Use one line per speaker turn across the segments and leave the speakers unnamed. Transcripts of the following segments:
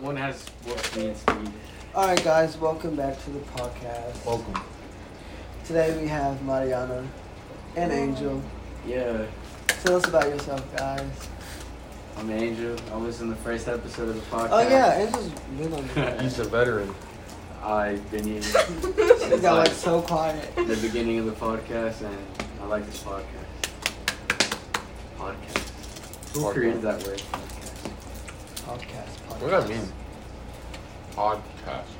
One has what needs to be.
All right, guys, welcome back to the podcast.
Welcome.
Today we have Mariana and Angel.
Yeah,
Tell us about yourself, guys.
I'm Angel. I was in the first episode of the podcast.
Oh yeah, Angel's been on. here.
He's a veteran.
I've been here
She
since
got
like
like so quiet.
the beginning of the podcast, and I like this podcast. Podcast. Who
Podcast.
created that word?
Podcast, podcast.
What do I mean? Podcast.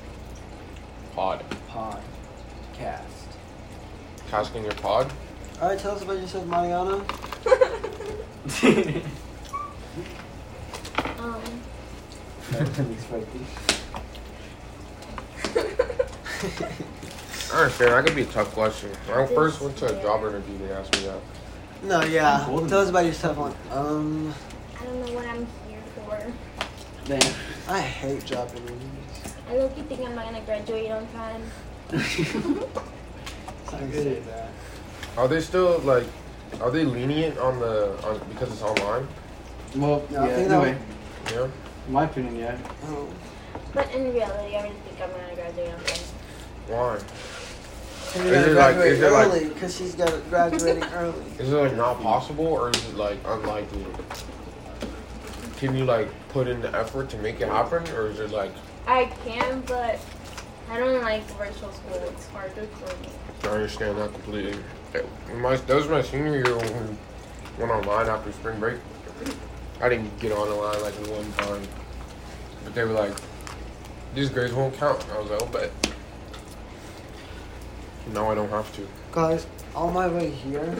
Pod.
Podcast.
Casting your pod?
All right, tell us about yourself, Mariana.
Podcast.
um,
Unexpected.
I understand. That could be a tough question. When I
This-
first went to a job interview, they asked me that.
No, yeah.
Golden.
Tell us about yourself. On um,
I don't know what I'm here for.
Damn.
I hate job interviews.
I look you think I'm not gonna graduate on time.
I can say that.
Are they still like? Are they lenient on the on because it's online?
well,
No, I
yeah,
think that
anyway,
Yeah.
my opinion, yeah.
Oh,
But in reality, I really think I'm gonna graduate on time.
Why?
and you
Is
gotta
it like-
graduate
is it like-
early because she's got graduating early.
Is it like not possible or is it like unlikely? Can you like put in the effort to make it happen or is it like
I can, but I don't like virtual school. It's harder for me.
I understand that completely. My that was my senior year when we went online after spring break. I didn't get on the line like one time, but they were like, "These grades won't count." I was like, "Oh, but no, I don't have to."
Guys, on my way here,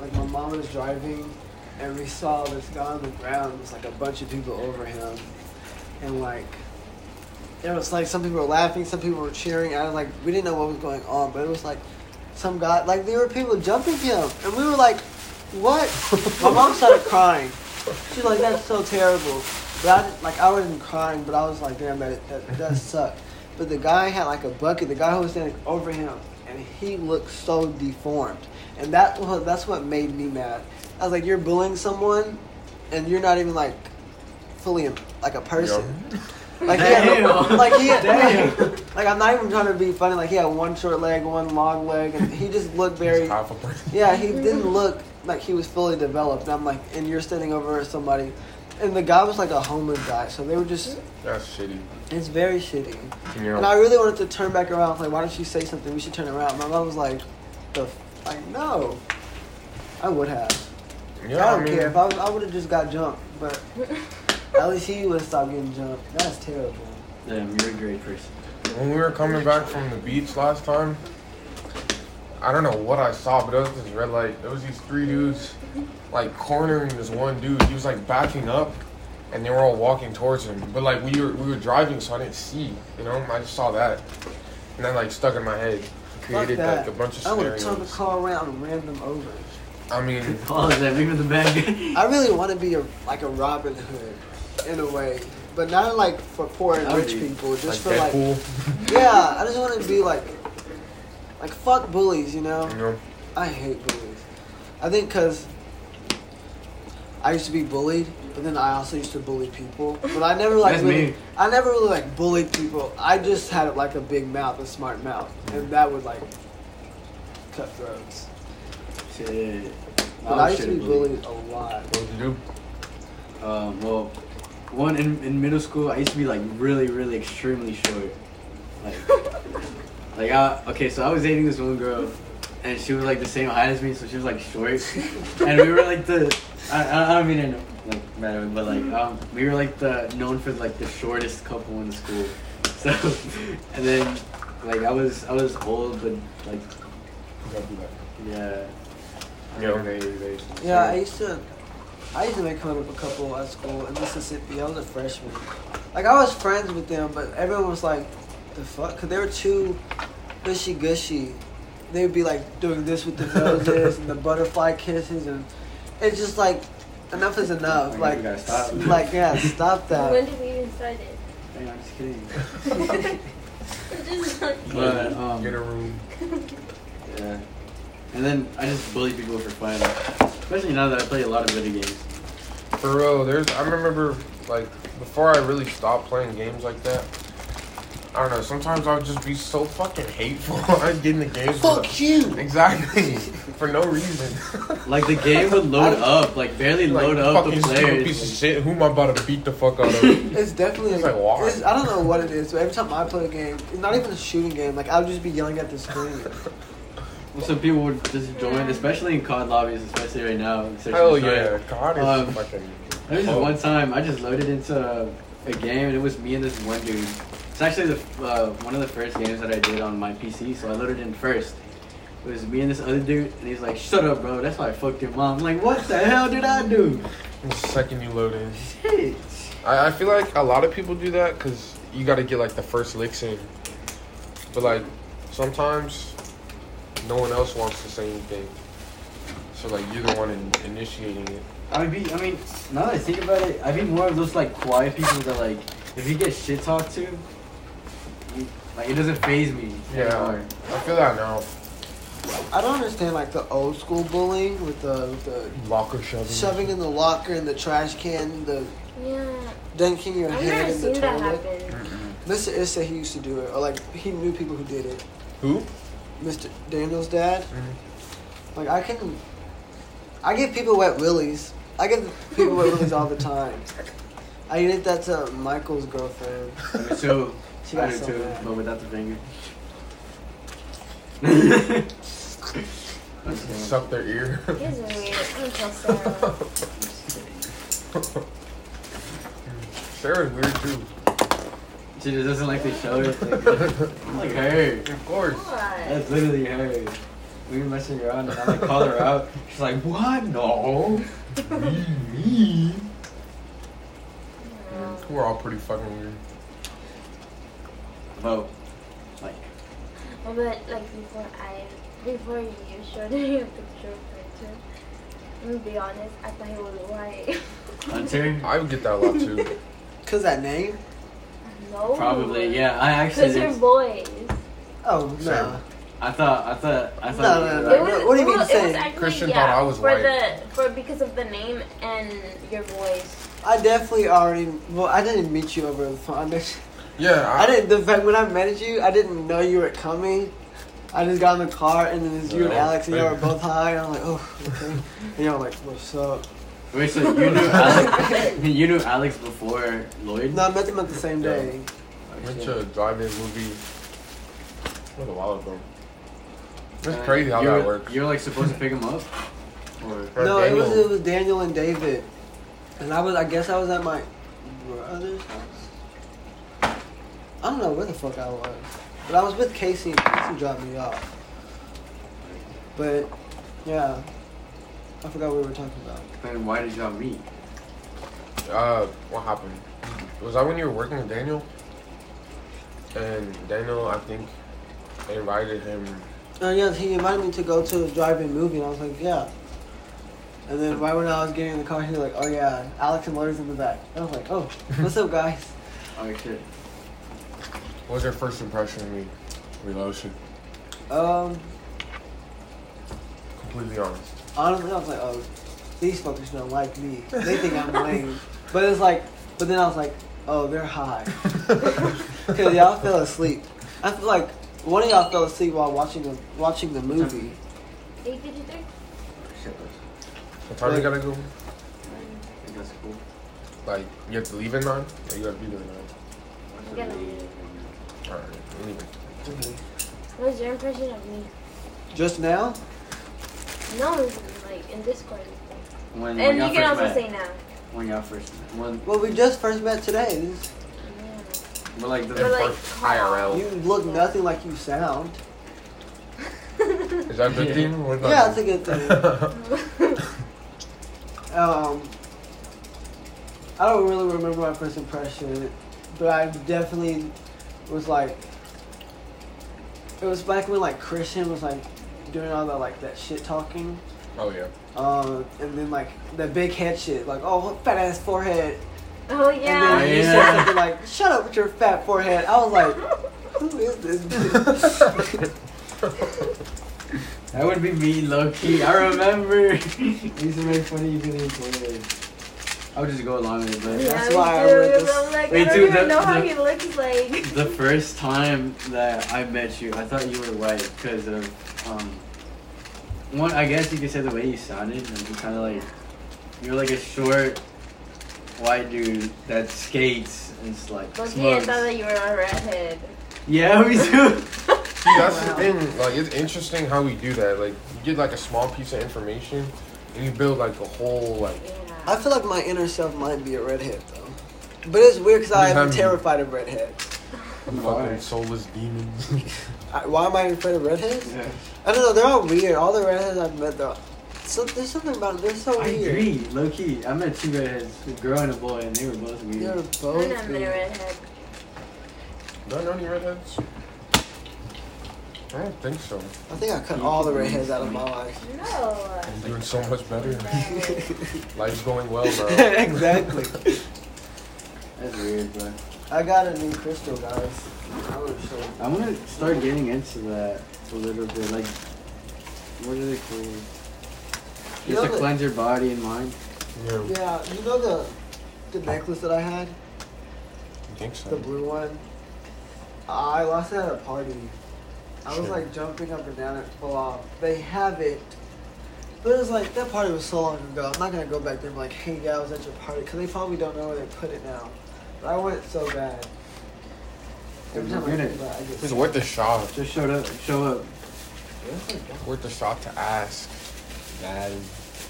like my mom was driving, and we saw this guy on the ground. It was like a bunch of people over him, and like it was like some people were laughing, some people were cheering. I was like, we didn't know what was going on, but it was like some guy, like there were people jumping him, and we were like, what? my mom started crying. She's like, that's so terrible. But I didn't- like I wasn't crying, but I was like, damn, that that, that sucked. But the guy had like a bucket. The guy who was standing over him, and he looked so deformed. And that wa- that's what made me mad. I was like, you're bullying someone, and you're not even like fully like a person. Like, he had,
Damn.
like he had,
Damn.
Like, I'm not even trying to be funny. Like he had one short leg, one long leg, and he just looked very.
It's half a person.
Yeah, he didn't look like he was fully developed. And I'm like, and you're standing over somebody, and the guy was like a homeless guy, so they were just.
That's shitty.
It's very shitty.
You know,
And I really wanted to turn back around. Like, why don't you say something? We should turn around. My mom was like, the f-? like no. I would have.
yeah,
I
I
don't
mean,
care if I, was- I would have just got jumped, but at least he would stop getting jumped. That's terrible.
Damn, you're a great person.
when we were coming back from the beach last time, I don't know what I saw, but it was this red light. There was these three dudes like cornering this one dude. He was like backing up, and they were all walking towards him. But like we were we were driving, so I didn't see. You know, I just saw that, and that like stuck in my head. Created
Fuck that.
like a bunch of
I would have turned the
scenarios.
car around and ran them over.
I mean,
Pause that. Leave it in the bag.
I really want to be a, like a Robin Hood in a way, but not like for poor and
That would
rich
be
people.
like
Just for like,
Deadpool.
yeah, I just want to be like, like fuck bullies, you know.
You know,
I hate bullies. I think because I used to be bullied, but then I also used to bully people. But I never like
That's
really,
me.
I never really like bullied people. I just had like a big mouth, a smart mouth, and that would like cut throats.
Shit.
But I used to be bullied a lot.
what would you do?
Um, well, one in, in middle school, I used to be like really, really extremely short. Like, like I, okay, so I was dating this one girl, and she was like the same height as me, so she was like short, and we were like the, I, I I don't mean it like matter, but like um, we were like the known for like the shortest couple in the school. So, and then like I was I was old, but like yeah,
Yeah.
They- they-
Yeah, I used to, I used to make fun of a couple at school in Mississippi. I was a freshman. Like I was friends with them, but everyone was like, "The fuck?" Cause they were too gushy gushy. They would be like doing this with the noses and the butterfly kisses, and it's just like enough is enough.
Like,
Like,
we gotta stop.
like yeah, stop
When
that.
did we even start it?
Hey, I'm just kidding.
It just like
But um,
Get a room.
Yeah. And then I just bully people for fun. Especially now that I play a lot of video games.
For real, there's I remember like before I really stopped playing games like that. I don't know. Sometimes I would just be so fucking hateful. I'd get in the games. for
Fuck you!
the- exactly for no reason.
Like the game would load up, like barely
Like,
load up the
fucking stupid piece of
players.
shit. Who am I about to beat the fuck out of?
It's definitely
It's like, why?
it's- I don't know what it is, but every time I play a game, not even a shooting game, like I would just be yelling at the screen.
Some people would just join, especially in COD lobbies, especially right now. especially
Hell
in Australia.
yeah, God is
Um,
fucking.
There was just
Oh.
one time I just loaded into a game and it was me and this one dude. It's actually the uh, one of the first games that I did on my PC, so I loaded in first. It was me and this other dude, and he's like, "Shut up, bro. That's why I fucked your mom." I'm like, "What the hell did I do?"
The second you load in,
Shit.
I, I feel like a lot of people do that because you got to get like the first licks in. But like sometimes no one else wants to say anything, so like you're the one in, initiating it.
I would be. I mean, now that I think about it, I'd be more of those like quiet people that like, if you get shit talked to, you, like it doesn't phase me. anymore.
I feel that now.
I don't understand like the old school bullying with the with the
Locker shoving.
shoving in the locker in the trash can, the
Yeah.
dunking your
I've
head
never
in the
seen that
toilet.
happen.
Mr. Is said he used to do it, or like he knew people who did it.
Who?
Mr. Daniel's dad.
Mm-hmm.
Like I can, I get people wet willies. I get people wet willies all the time. I did that to Michael's girlfriend.
I mean, so
She
I
got
do
so
too,
mad.
but without the finger. That's dumb.
Suck their ear.
It's weird. I'm so sad.
Sarah's weird too.
She just doesn't like to show it. Like, I'm like her.
Of course.
Why?
That's literally her. We were messing around and I like call her out. She's like, what? No. Me, me.
No.
We're all pretty fucking weird.
But like,
Oh, But like before I, before you showed me a picture of Hunter, I'm gonna be honest, I thought he was white.
Hunter?
I would get that a lot too.
Cause that name?
no.
Probably, yeah. I
Cause you're
actually,
boys.
Oh
Same.
no.
I thought, I thought, I
No,
thought.
no,
you
no.
were
It
right.
What- what do you mean
well, it was
saying?
actually,
Christian
yeah,
thought I was
for
white.
The, for because of the name and your voice.
I definitely already. Well, I didn't meet you over the phone. I, met,
Yeah,
I didn't. The fact when I met you, I didn't know you were coming. I just got in the car and then it's you and
Oh,
Alex and you were
baby.
both high and I'm like, oh, okay. And y'all like, what's up?
Wait, so you knew Alex, you knew Alex before Lloyd? Oh,
No, I met them at the same day.
Went
Okay.
to a drive-in movie. That was a while ago. That's
Uh,
crazy how
you're,
that works.
You're like supposed to pick him up, or
Or
no, it was
Daniel.
it was Daniel and David, and I was I guess I was at my brother's house. I don't know where the fuck I was, but I was with Casey. and Casey dropped me off. But yeah, I forgot what we were talking about.
then why did y'all meet?
Uh, what happened? Was that when you were working with Daniel? And Daniel, I think, invited him.
Oh yeah, he invited me to go to a drive-in movie, and I was like, yeah. And then right when I was getting in the car, he was like, oh yeah, Alex and Lori's in the back. I was like, oh, what's up, guys?
Oh shit.
What was your first impression of me? Relotion.
Um,
Completely honest.
Honestly, I was like, oh, these fuckers don't like me. They think I'm lame. But it's like, but then I was like, oh, they're high. Because y'all fell asleep. I feel like one of y'all fell asleep while watching the, watching the movie.
Eight fifty three.
Oh, Shit, that's-
What time you gotta go?
I think that's cool.
Like, you have to leave at 9? Or you gotta be there at 9?
I gotta leave.
Alright, anyway.
What was your impression of me?
Just now?
No, it was, like in Discord.
When, when
And
y'all
you can
Oh first
also
met.
say now.
when y'all first met. When
Well, we just first met today. This-
Yeah.
we're like the
We're like
First IRL.
You look nothing like you sound.
Is that a good thing? What about
Yeah,
you?
it's a good thing. Um, I don't really remember my first impression, but I definitely was like, it was back when like Christian was like doing all that like that shit talking,
oh, yeah.
um, and then like that big head shit, like oh fat ass forehead,
oh
and
yeah.
then you
Yeah.
said something like shut up with your fat forehead. I was like, who is this? bitch?"
Oh,
that would be me, low key. I remember. I used to make fun of you for the employee. I would just go along with it, but
That's
yeah,
why I
me too.
wrote
but
this.
I'm like,
Me
I don't
too,
even
that-
know how
that-
he looks like.
The first time that I met you, I thought you were white because of um, one. I guess you could say the way you sounded. And you kind of like you're like a short white dude that skates and s- like
But he
smokes.
thought that you were a redhead.
Yeah, me too.
See, that's the
Wow.
thing. Like, it's interesting how we do that. Like, you get like a small piece of information, and you build like a whole like.
I
Yeah.
feel like my inner self might be a redhead though, but it's weird because I'm
Mhm.
terrified of redheads.
Fucking soulless demons.
I, why am I afraid of redheads?
Yeah.
I don't know. They're all weird. All the redheads I've met, though, so, there's something about them. They're so
I
weird.
agree, low key. I met two redheads, a girl and a boy, and they were both weird.
They're both.
I'm not a
weird.
redhead.
Do I know any redheads? I don't think so.
I think I cut all the redheads out of my life.
No.
I'm doing so much better.
No.
Life's going well, bro.
exactly.
That's weird, bro.
I got a new crystal, guys. I would show you.
I want to start getting into that a little bit. Like, what are they called?
You
Just
know
to
the-
cleanse your body and mind.
Yeah, you
Yeah, you know the the necklace that I had,
think
the
so?
blue one. I lost it at a party. I was
Sure.
like jumping up and down and pull off. They have it, but it was like that party was so long ago. I'm not gonna go back there and be like, hey, yeah, I was at your party, because they probably don't know where they put it now. But I want it so bad. Every time I
You're
think
gonna-
about it, I get.
It's worth a shot.
Just showed up. Show up.
Worth a shot to ask. That is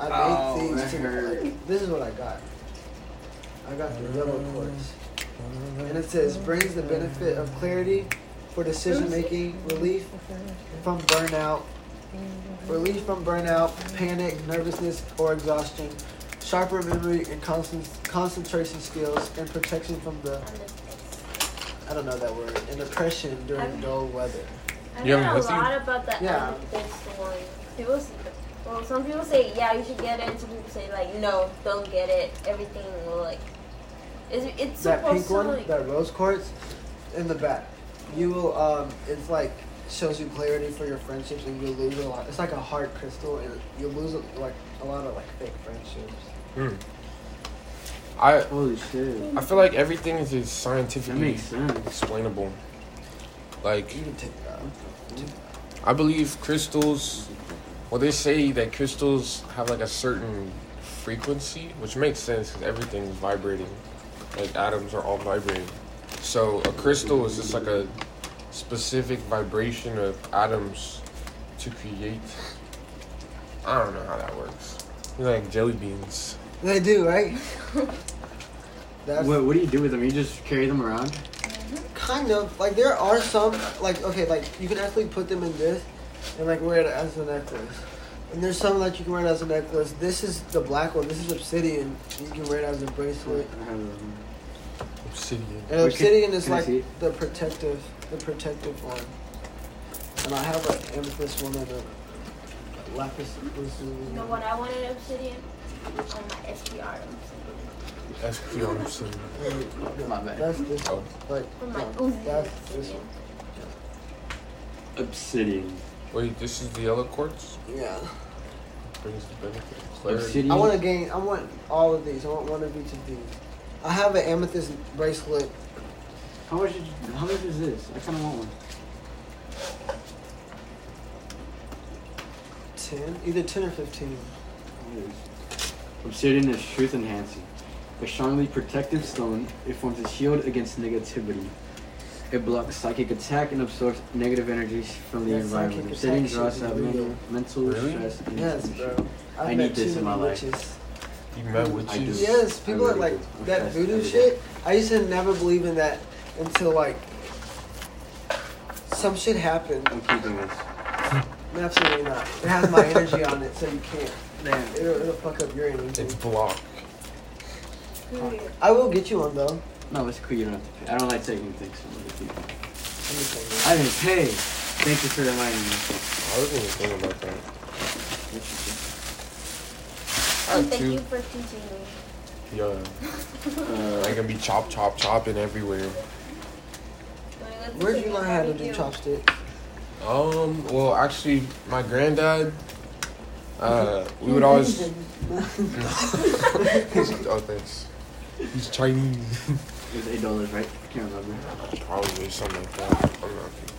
I made
Oh,
things
that
to
hurt.
like, This is what I got. I got the yellow quartz. And it says brings the benefit of clarity for decision making, relief from burnout, relief from burnout, panic, nervousness, or exhaustion, sharper memory and constant, concentration skills, and protection from the I don't know that word and oppression during
I'm-
dull weather.
I
You
heard
haven't
a
listened?
lot about that
Yeah.
yeah. one. People, s- well, some people say, yeah, you should get it. Some people say, like, no, don't get it. Everything will, like, it's, it's
that
supposed
pink
to,
one,
like,
that rose quartz, in the back. You will um, it's like shows you clarity for your friendships, and you lose a lot. It's like a hard crystal, and you lose like a lot of like fake friendships.
I
Holy shit.
I feel like everything is just
That
scientifically
makes sense.
explainable. Like
You can take that.
I believe crystals. Well, they say that crystals have like a certain frequency, which makes sense because everything is vibrating. Like atoms are all vibrating. So a crystal is just like a specific vibration of atoms to create. I don't know how that works. They're like jelly beans.
They do, right? That's
What, what do you do with them? You just carry them around?
kind of like there are some like okay, like you can actually put them in this, and like wear it as a necklace. And there's some that you can wear it as a necklace. This is the black one. This is obsidian. You can wear it as a bracelet.
I have them.
Obsidian.
And
Wait, can-
obsidian is
can I
like
see it?
the protective, the protective one. And I have an amethyst one and a lapis lazuli.
you know what I wanted obsidian? On my SPR obsidian.
That's pure obsidian.
Wait, no,
My bad.
That's this
Oh.
one. Like,
On my
no,
Uzi
that's this
obsidian.
one.
Obsidian.
Wait, this is the yellow quartz.
Yeah.
Brings the benefit. of Clarity.
Obsidian.
I want to gain. I want all of these. I want one of each of these. I have an amethyst bracelet.
How much? Is, how much is this? I kind of want one.
Ten, either ten or fifteen.
What is it? Obsidian is truth enhancing. A strongly protective stone, it forms a shield against negativity. It blocks psychic attack and absorbs negative energies from the
Yeah,
environment.
psychic
Obsidian
attack
draws
should
out
be
mental,
real.
mental
Really?
stress and
Yes,
tension.
bro. I've
Mm-hmm. I
met
need this
too
in my
many
life.
witches.
You met with
I do.
Jesus.
Yes, people
I
are
really
like
do.
that
Okay,
voodoo
I do.
shit. I used to never believe in that until like some shit happened.
I'm keeping this.
Absolutely not. It has my energy on it, so you can't.
Man,
It'll, it'll fuck up your energy.
It's blocked.
Period.
I will get you one though. Let me
no, it's cool. You don't have to pay. I don't like taking things from other people.
think.
I didn't pay. Thank you for reminding me.
I wasn't even thinking about that. I have
And Oh, thank
two.
you for teaching me.
Yeah. I
Uh,
can be chop, chop, chopping everywhere.
Where'd you learn how to do chopsticks?
Um. Well, actually, my granddad, Uh, we would always. oh, thanks. He's Chinese.
It was eight dollars, right? I can't remember.
Probably something like that. I'm not kidding.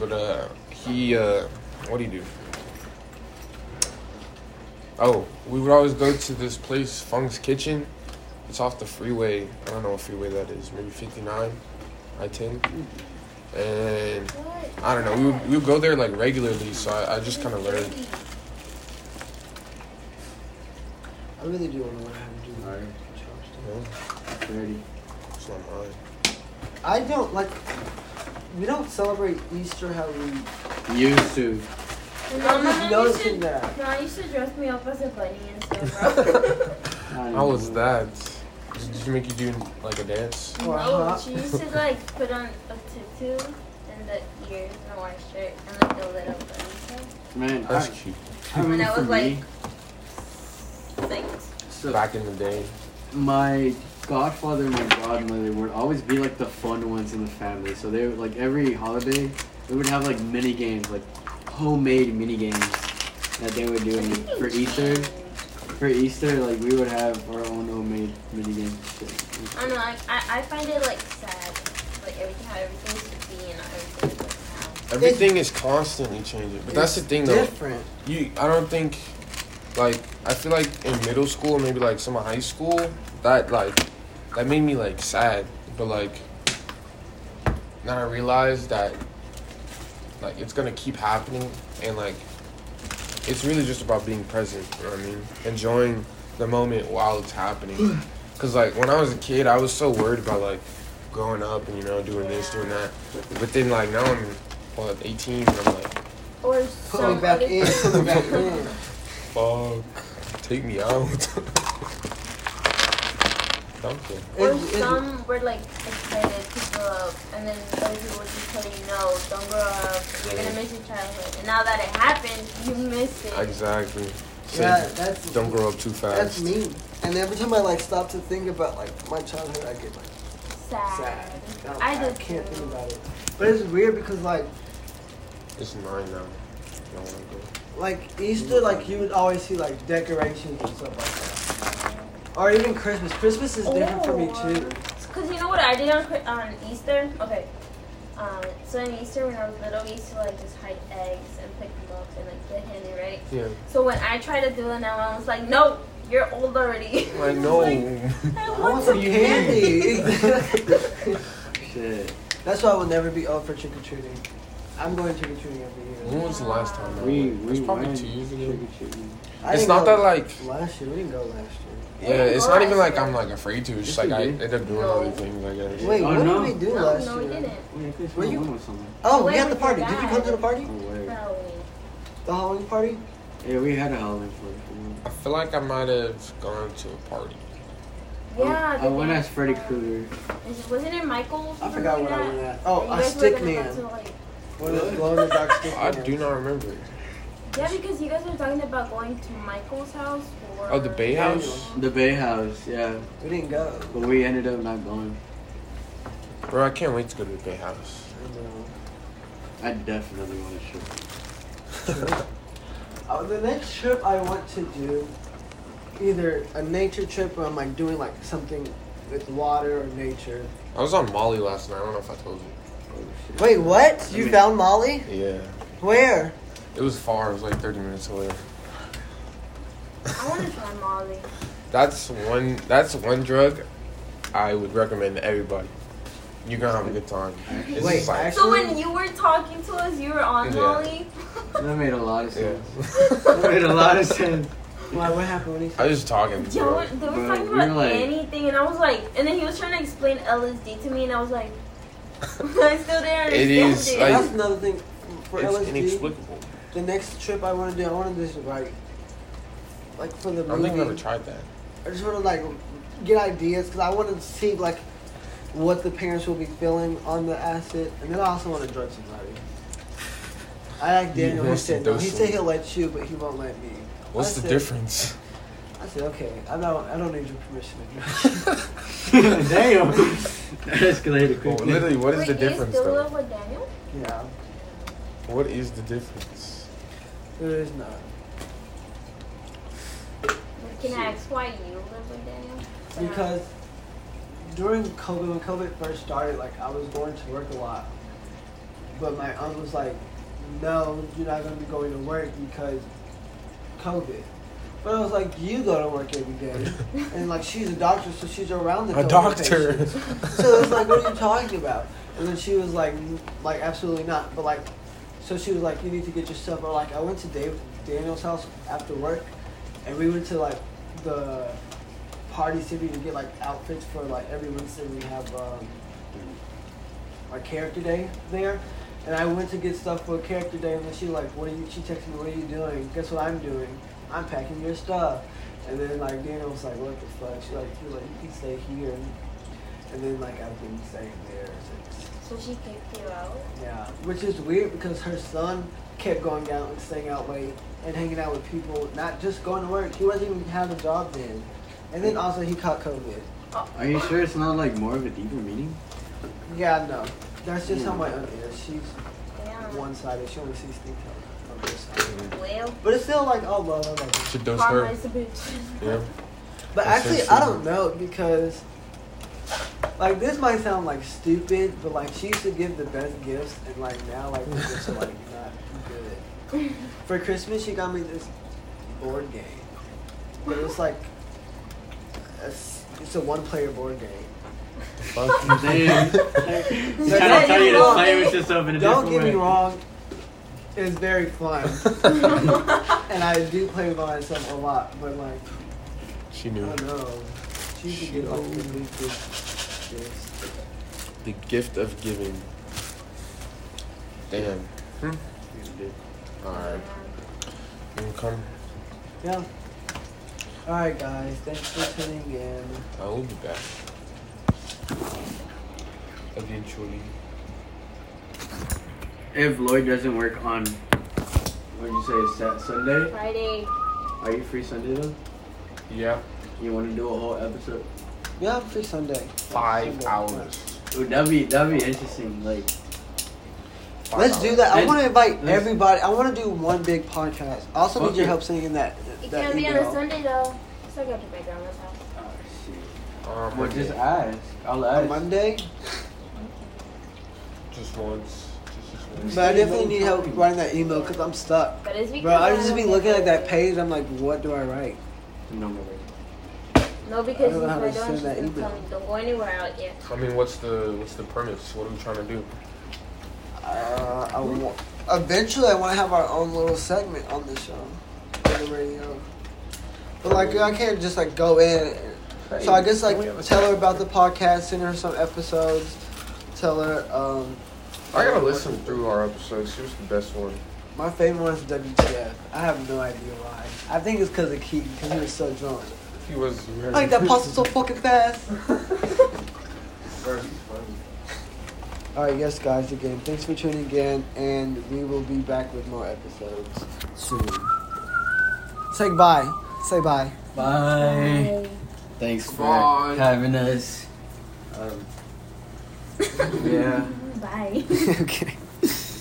But uh, he uh, what do you do? Oh, we would always go to this place, Fung's Kitchen. It's off the freeway. I don't know what freeway that is. Maybe 59, I 10. And
What?
I don't know. We would, we would go there like regularly, so I, I just kind of learned.
I really do want to learn how to do
Alright.
chopsticks.
You know,
Thirty.
it's not mine.
I don't like. We don't celebrate Easter how we.
Used to.
No, no, no, you
noticing
should,
that.
no, you should dress me up as a bunny and stuff, bro.
How was that? Did she make you do like a dance?
Wow.
No, she used to like put on a tutu and the ears and a white shirt and like a little bunny
Man,
That's
I,
cute.
I remember
When I was,
for
like,
me,
stuff. Like,
so
Back in the day.
my godfather and my godmother would always be like the fun ones in the family. So they would like every holiday, we would have like mini games, like homemade mini games that they would do.
e,
And for Easter, for Easter, like we would have our own homemade mini game.
I don't know, I, I, I find it like sad. Like everything, how everything used to be and not everything is like now.
Everything is constantly changing, but that's the
It's
thing though.
Different.
You, I don't think, like, I feel like in middle school, maybe like some of high school, that like, that made me like sad. But like, now I realize that, like, it's gonna keep happening, and like, it's really just about being present. You know what I mean? Enjoying the moment while it's happening. Cause like when I was a kid, I was so worried about like growing up and you know doing this, doing that. But then like now I'm what 18, and I'm like.
Put
Or
me
some
back
other-
in. Put me back in.
Fuck. Take me out. Duncan.
Or
It- it-
some were like excited to grow up, and then other people would just tell you, no, don't grow up. You're gonna miss your childhood. And now that it happened, you miss it.
Exactly. Say,
Yeah, that's
don't grow up too fast.
That's me. And every time I like stop to think about like my childhood, I get like
sad.
sad. I, don't-
I
I
just
can't think about it. But it's weird because like
It's nine now. I don't wanna go.
like Easter, like you would always see like decorations and stuff like that, or even Christmas. Christmas is different for me too.
Because Oh. you know what I did on, Chri- on Easter? Okay. Um, so on Easter, when I was little, we used to like just hide eggs and pick them up and like get candy, right?
Yeah.
So when I tried to do it now, I was like, no, you're old already.
Like
It's
no.
I
I
want
want some
to
candy.
Shit.
That's why I will never be up for trick or treating. I'm going trick or treating every
when
year.
was the last time? I
We
went?
we
It's probably
went
two years ago.
trick-or-treating.
I
It's
didn't
not
go
that like.
last year. We didn't go last year.
Yeah, it's
go
not even
last
like I'm
year.
like afraid to. It's just
Yes,
like I
we did.
end up doing
No.
other things. I guess.
Wait,
Oh,
what
no.
did we do
No,
last
no, we
year?
didn't.
Wait, I think
Were you-
someone was somewhere.
Oh, we
Wait,
had the
with
party.
your
Did you come to the
dad.
party?
No way.
No.
The Halloween party?
Oh, Yeah, we had a Halloween party.
I feel like I might have gone to a party.
Yeah.
I went
the-
as Freddy Krueger.
Is- Wasn't it Michael?
I forgot what I went at. Oh,
You
a
guys were
stick
gonna go
man.
to, like-
One of those glow in the dark stick
I
man.
do not remember.
Yeah, because you guys were talking about going to Michael's house for.
Oh, the Bay House.
The Bay House, yeah.
We didn't go.
But we ended up not going.
Bro, I can't wait to go to the Bay House.
I know.
I definitely want to shoot.
Uh, the next trip I want to do, either a nature trip where I'm like doing like something with water or nature.
I was on Molly last night. I don't know if I told you.
Oh, shit.
Wait, what?
I
You
mean-
found Molly?
Yeah.
Where?
It was far. It was like 30 minutes away.
I want to try Molly.
That's one. That's one drug I would recommend to everybody. You're gonna have a good time. It's
Wait,
just like,
So when you were talking to us, you were on
Yeah.
Molly.
That made a lot of
yeah.
sense. that made a lot of sense.
Why? What happened when he
I was just talking.
Yo,
Bro.
they were
Bro,
talking
we were
about
like-
anything, and I was like, and then he was trying to explain LSD to me, and I was like, I still didn't understand
It is,
it.
like-
That's another thing for
It's
LSD.
inexplicable.
The next trip I want to do, I want to do like, like for the
I don't
movie.
think I've ever tried that.
I just want to like get ideas because I want to see like what the parents will be feeling on the acid, and then I also want to drug somebody. I like
You
Daniel. He
must
said no. He
dose
said
him.
he'll let you, but he won't let me.
What's the
said-
difference?
I said okay. I don't. I don't need your permission to drug.
Damn. That escalated
Well,
quickly.
Oh, literally, what is
Wait,
the
do you
difference
still
though?
live with Daniel?
yeah,
What is the difference?
there is none.
Can I ask why you live with Daniel?
because during COVID, when COVID first started, like I was going to work a lot, but my aunt was like, "No, you're not gonna be going to work because COVID." But I was like, "You go to work every day," and like she's a doctor, so she's around the
A
COVID
doctor.
patients. So it's like, "What are you talking about?" And then she was like, "N- "Like absolutely not," but like, so she was like, "You need to get yourself." Or like, I went to Dave Daniel's house after work, and we went to like the party city to get like outfits for like every Wednesday we have um, our character day there. And I went to get stuff for character day, and then she like, what are you? She texted me, what are you doing? Guess what I'm doing? I'm packing your stuff. And then like Daniel was like, what the fuck? She like, he was like, you can stay here. And then like I've been staying there since.
So she kicked you out.
Yeah, which is weird because her son kept going out and staying out late and hanging out with people, not just going to work. He wasn't even having a job then. And then also he caught COVID.
Are you sure it's not like more of a deeper meaning?
Yeah, no. That's just how my aunt is. She's
Damn.
one sided. She only sees things on her side.
Well,
But it's still like, oh, love, I love you.
Shit does
karma
hurt.
is a bitch.
Yeah.
But
That's
actually,
so
I don't know because, like, this might sound like stupid, but like she used to give the best gifts, and like now, like the gifts are like not good. For Christmas, she got me this board game, but it's like a s it's a one-player board game.
Fuck you.
Damn.
Don't
He's
get
trying to tell
me
you to
wrong.
play with yourself in a
Don't
different
get
way.
me wrong, it's very fun, and I do play by myself a lot, but like
She
I
knew.
don't know, she used to give like the weakest gifts.
The gift of giving. Damn. Alright. You can come.
Yeah. Alright, guys. Thanks for tuning in.
I will be back. Eventually.
If Lloyd doesn't work on, what did you say, Sat Sunday?
Friday.
Are you free Sunday though?
Yeah.
You want to do a whole episode?
Yeah, I'm free Sunday.
Five
Sunday.
hours.
Ooh, that'd be that'd be interesting. Like,
Five
Let's
hours.
do that. I
And-
want to invite
let's-
everybody. I want to do one big podcast. I also need
Okay.
your help sending in that.
It
that
can't be on
email.
a Sunday though. So I go to my grandma's house.
oh shit.
Um,
Well, just ask. I'll ask.
On Monday.
just once. Just, just once.
But I definitely need help writing that email because I'm stuck.
But it's because
Bro, I've
I
just
don't
been
get
looking at that
paid.
page. I'm like, what do I write?
No more.
No, because
I
if
don't know how
I
to
don't,
send
she's
that
gonna
email.
tell me don't go anywhere out yet.
I mean, what's the what's the premise? What are we trying to do?
Uh, I want, eventually, I want to have our own little segment on the show, on the radio. But like, I can't just like go in. and- So I guess like tell her about the podcast, send her some episodes, tell her. Um,
I gotta listen through our episodes. She was the best one.
My favorite one is WTF. I have no idea why. I think it's because of Keaton, because he was so drunk.
He was.
Like that pasta so fucking fast. All right, yes, guys. Again, thanks for tuning in, and we will be back with more episodes soon. Say bye. Say bye.
Bye. Thanks for
Bye.
having us. Um, yeah.
Bye.
okay.